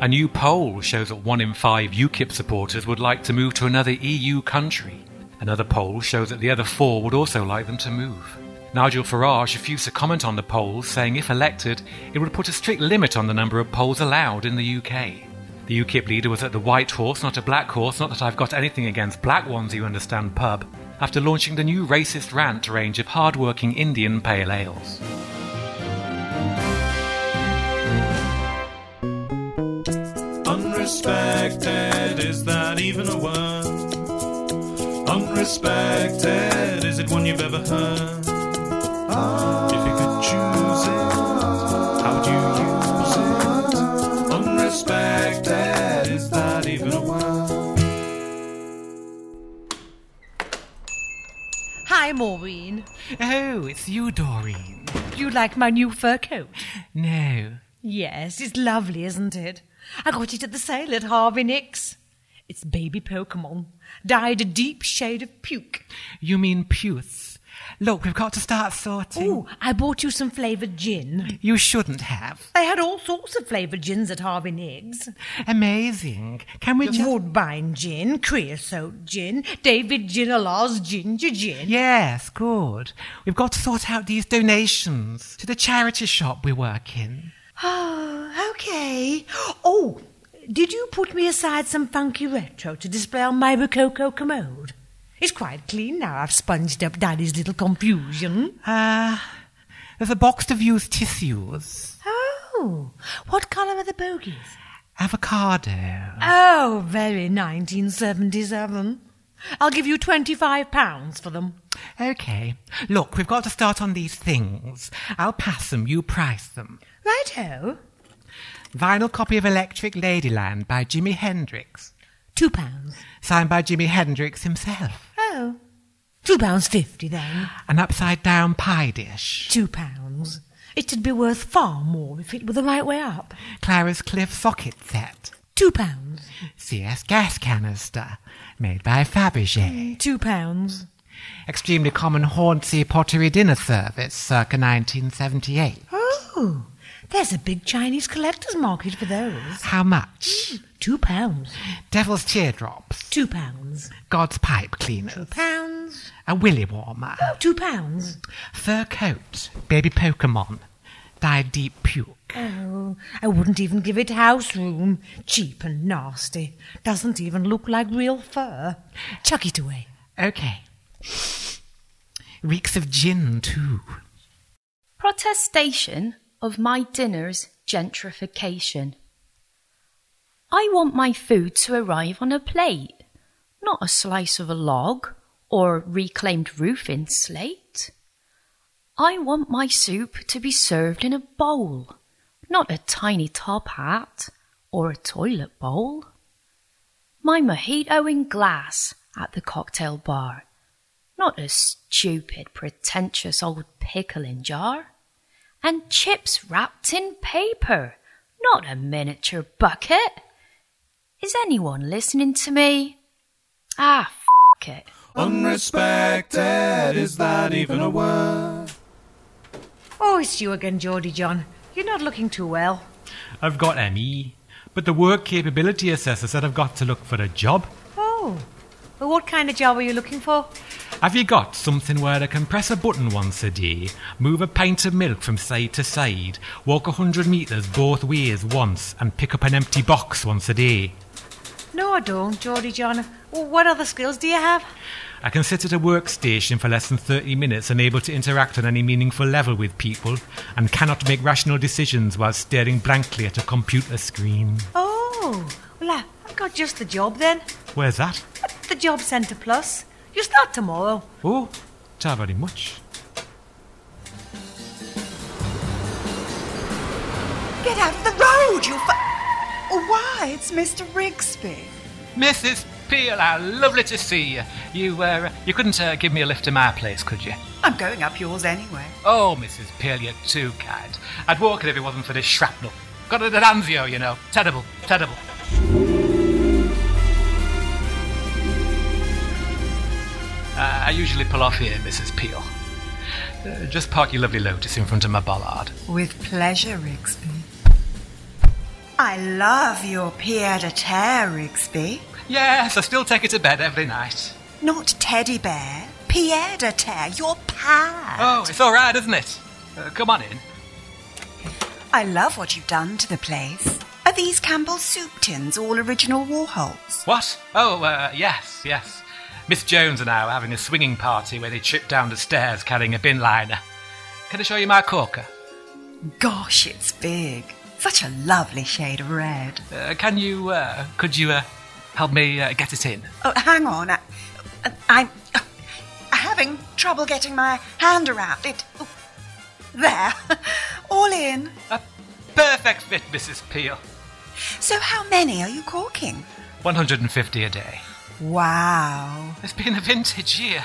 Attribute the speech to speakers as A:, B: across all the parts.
A: A new poll shows that one in five UKIP supporters would like to move to another EU country. Another poll shows that the other four would also like them to move. Nigel Farage refused to comment on the polls, saying if elected, it would put a strict limit on the number of polls allowed in the UK. The UKIP leader was at the White Horse, not a Black Horse, not that I've got anything against black ones, you understand, pub, after launching the new racist rant range of hard-working Indian pale ales.
B: Unrespected, is that even a word? Unrespected, is it one you've ever heard? If you could choose it, how would you use it? Unrespected, is that even a word?
C: Hi, Maureen.
A: Oh, it's you, Doreen.
C: Do you like my new fur coat?
A: No.
C: Yes, it's lovely, isn't it? I got it at the sale at Harvey Nick's. It's baby Pokemon, dyed a deep shade of puke.
A: You mean puce? Look, we've got to start sorting.
C: Ooh, I bought you some flavoured gin.
A: You shouldn't have.
C: They had all sorts of flavoured gins at Harvey Nick's.
A: Amazing. Can we just.
C: Woodbine gin, creosote gin, David Ginola's ginger gin.
A: Yes, good. We've got to sort out these donations to the charity shop we work in.
C: Oh, okay. Oh, did you put me aside some funky retro to display on my rococo commode? It's quite clean now. I've sponged up Daddy's little confusion.
A: Ah, there's a box of used tissues.
C: Oh, what colour are the bogies?
A: Avocado.
C: Oh, very 1977. I'll give you £25 for them.
A: Okay. Look, we've got to start on these things. I'll pass them, you price them.
C: Righto.
A: Vinyl copy of Electric Ladyland by Jimi Hendrix,
C: Two pounds.
A: signed by Jimi Hendrix himself.
C: Oh, two pounds fifty then.
A: An upside down pie dish.
C: Two pounds. It'd be worth far more if it were the right way up.
A: Clara's Cliff socket set.
C: Two pounds.
A: CS gas canister, made by Fabergé.
C: Two pounds.
A: Extremely common Hornsey pottery dinner service, circa 1978.
C: Oh, there's a big Chinese collector's market for those.
A: How much?
C: Two pounds.
A: Devil's teardrops,
C: Two pounds.
A: God's pipe cleaner,
C: Pounds.
A: a willy warmer,
C: Oh, two pounds.
A: fur coat, baby Pokemon, dyed deep puke.
C: Oh, I wouldn't even give it house room. Cheap and nasty. Doesn't even look like real fur. Chuck it away.
A: Okay. Reeks of gin, too.
D: Protestation of my dinner's gentrification. I want my food to arrive on a plate, not a slice of a log or reclaimed roof in slate. I want my soup to be served in a bowl, not a tiny top hat or a toilet bowl. My mojito in glass at the cocktail bar, not a stupid, pretentious old pickling jar, and chips wrapped in paper, not a miniature bucket. Is anyone listening to me? Ah, f it.
B: Unrespected, is that even a word?
C: Oh, it's you again, Geordie John. You're not looking too well.
E: I've got ME, but the work capability assessor said I've got to look for a job.
C: Oh, well, what kind of job are you looking for?
E: Have you got something where I can press a button once a day, move a pint of milk from side to side, walk a hundred metres both ways once, and pick up an empty box once a day?
C: No, I don't, Geordie John. Well, what other skills do you have?
E: I can sit at a workstation for less than 30 minutes unable to interact on any meaningful level with people, and cannot make rational decisions while staring blankly at a computer screen.
C: Oh, well, I, I've got just the job then.
E: Where's that?
C: At the Job Centre Plus. You start tomorrow.
E: Oh, ta very much.
F: Get out of the road, you fa- Oh, Why, it's Mr. Rigsby.
A: Mrs. Peel, how lovely to see you. You, uh, you couldn't uh, give me a lift to my place, could you?
F: I'm going up yours anyway.
A: Oh, Mrs. Peel, you're too kind. I'd walk it if it wasn't for this shrapnel. Got it at Anzio, you know. Terrible, terrible. Uh, I usually pull off here, Mrs. Peel. Uh, just park your lovely Lotus in front of my bollard.
F: With pleasure, Rigsby. I love your pied à terre, Rigsby.
A: Yes, I still take her to bed every night.
F: Not teddy bear, pied à terre, your pad.
A: Oh, it's all right, isn't it? Uh, come on in.
F: I love what you've done to the place. Are these Campbell's soup tins all original Warhols?
A: What? Oh, uh, yes, yes. Miss Jones and I were having a swinging party where they tripped down the stairs carrying a bin liner. Can I show you my corker?
F: Gosh, it's big. Such a lovely shade of red.
A: Uh, can you, uh, could you uh, help me uh, get it in?
F: Oh, hang on. I, I'm having trouble getting my hand around it. Oh, There. All in.
A: A perfect fit, Mrs. Peel.
F: So, how many are you corking?
A: 150 a day.
F: Wow.
A: It's been a vintage year.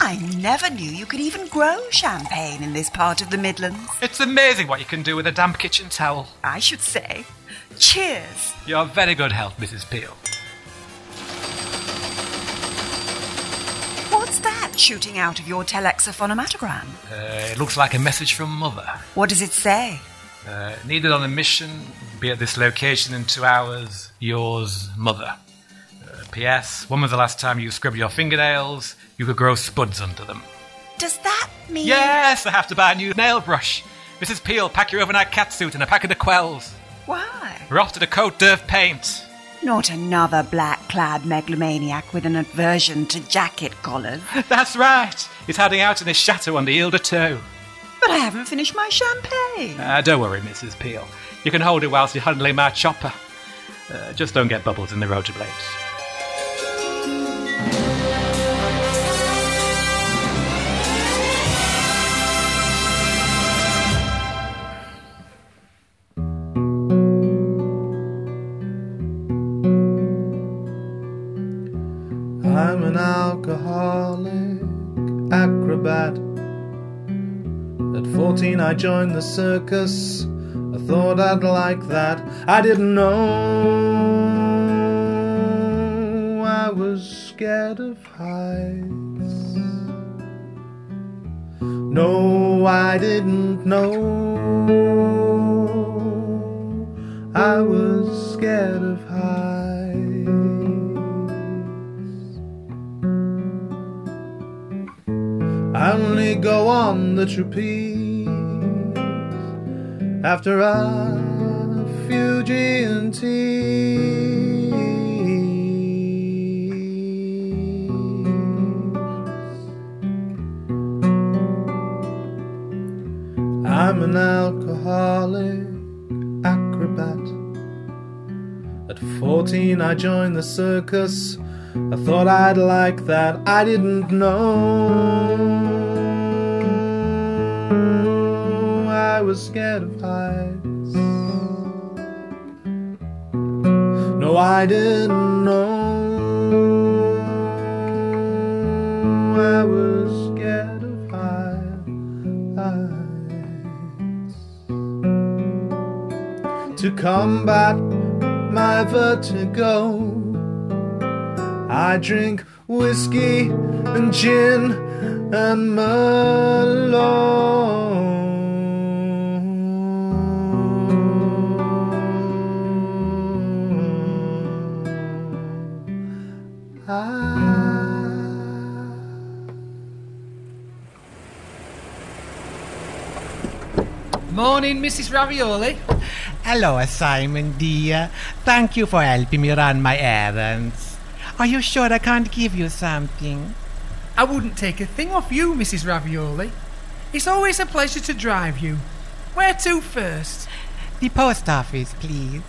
F: I never knew you could even grow champagne in this part of the Midlands.
A: It's amazing what you can do with a damp kitchen towel.
F: I should say. Cheers.
A: You're very good health, Mrs. Peel.
F: What's that shooting out of your telexophonomatogram?
A: Uh, it looks like a message from Mother.
F: What does it say?
A: Uh, needed on a mission, be at this location in two hours. Yours, Mother. Uh, P.S. When was the last time you scrubbed your fingernails? You could grow spuds under them.
F: Does that mean.
A: Yes, I have to buy a new nail brush. Mrs. Peel, pack your overnight catsuit and a packet of quells.
F: Why?
A: We're off to the Côte d'Urve paint.
F: Not another black clad megalomaniac with an aversion to jacket collars.
A: That's right. He's hiding out in his chateau on the Ile de Toe.
F: But I haven't finished my champagne.
A: Uh, don't worry, Mrs. Peel. You can hold it whilst you're handling my chopper. Uh, just don't get bubbles in the rotor blades.
G: I'm an alcoholic acrobat. At 14, I joined the circus. I thought I'd like that. I didn't know I was scared of heights. No, I didn't know I was scared of heights. I only go on the trapeze after a Fujian tea. I'm an alcoholic acrobat. At 14, I joined the circus. I thought I'd like that. I didn't know. I was scared of heights. No, I didn't know. I was scared of heights to combat my vertigo. I drink whiskey and gin and Merlot. Ah.
H: Morning, Mrs. Ravioli.
I: Hello, Simon dear. Thank you for helping me run my errands. Are you sure I can't give you something?
H: I wouldn't take a thing off you, Mrs. Ravioli. It's always a pleasure to drive you. Where to first?
I: The post office, please.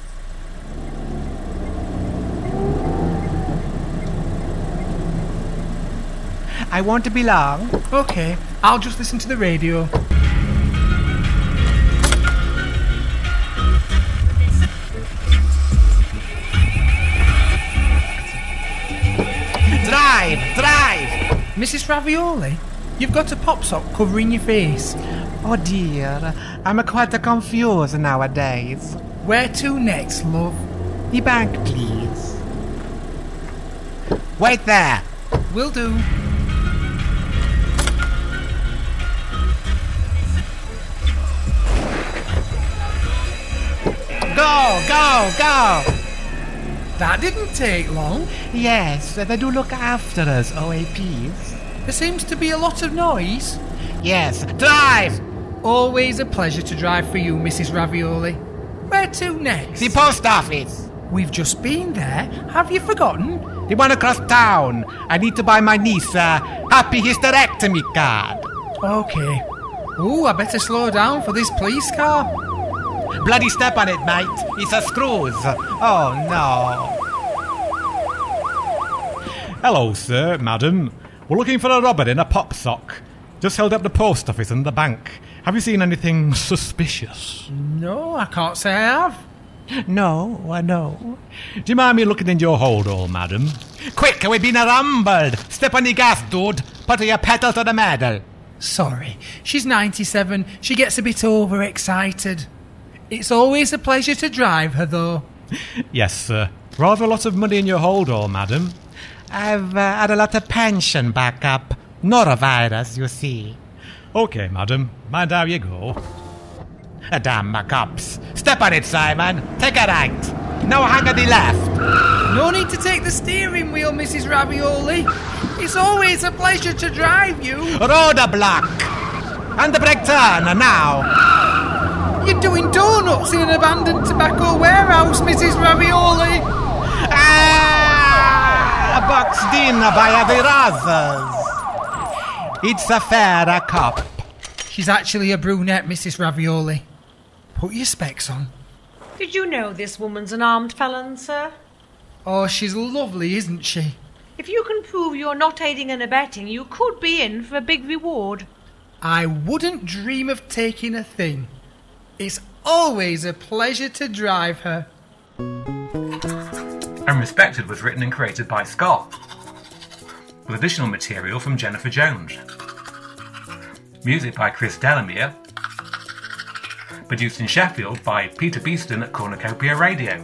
I: I won't be long.
H: Okay, I'll just listen to the radio.
I: Drive, drive!
H: Mrs. Ravioli, you've got a pop sock covering your face.
I: Oh dear, I'm quite confused nowadays.
H: Where to next, love?
I: The bank, please. Wait there!
H: Will do.
I: Go!
H: Go, go, go! That didn't take long.
I: Yes, they do look after us, OAPs.
H: There seems to be a lot of noise.
I: Yes, drive!
H: Always a pleasure to drive for you, Mrs. Ravioli. Where to next?
I: The post office!
H: We've just been there. Have you forgotten?
I: The one across town. I need to buy my niece a happy hysterectomy card.
H: Okay. Ooh, I better slow down for this police car.
I: Bloody step on it, mate. It's a screws. Oh, no.
E: Hello, sir, madam. We're looking for a robber in a pop sock. Just held up the post office and the bank. Have you seen anything suspicious?
H: No, I can't say I have.
I: No, I know.
E: Do you mind me looking in your holdall, madam?
I: Quick, we've been rumbled. Step on the gas, dude. Put your pedal to the metal.
H: Sorry. She's 97. She gets a bit overexcited. It's always a pleasure to drive her, though.
E: Yes, sir. Rather a lot of money in your holdall, madam.
I: I've uh, had a lot of pension back up. Norovirus, you see.
E: Okay, madam. Mind how you go.
I: Ah, Damn my cops. Step on it, Simon. Take a right. No hang on the left.
H: No need to take the steering wheel, Mrs. Ravioli. It's always a pleasure to drive you.
I: Road a block. And the brake turn now.
H: You're doing donuts in an abandoned tobacco warehouse, Mrs. Ravioli.
I: Ah! Boxed in by the others. It's a fair cop.
H: She's actually a brunette, Mrs. Ravioli. Put your specs on.
C: Did you know this woman's an armed felon, sir?
H: Oh, she's lovely, isn't she?
C: If you can prove you're not aiding and abetting, you could be in for a big reward.
H: I wouldn't dream of taking a thing. It's always a pleasure to drive her.
A: and Respected was written and created by Scott, with additional material from Jennifer Jones. Music by Chris Delamere, produced in Sheffield by Peter Beeston at Cornucopia Radio.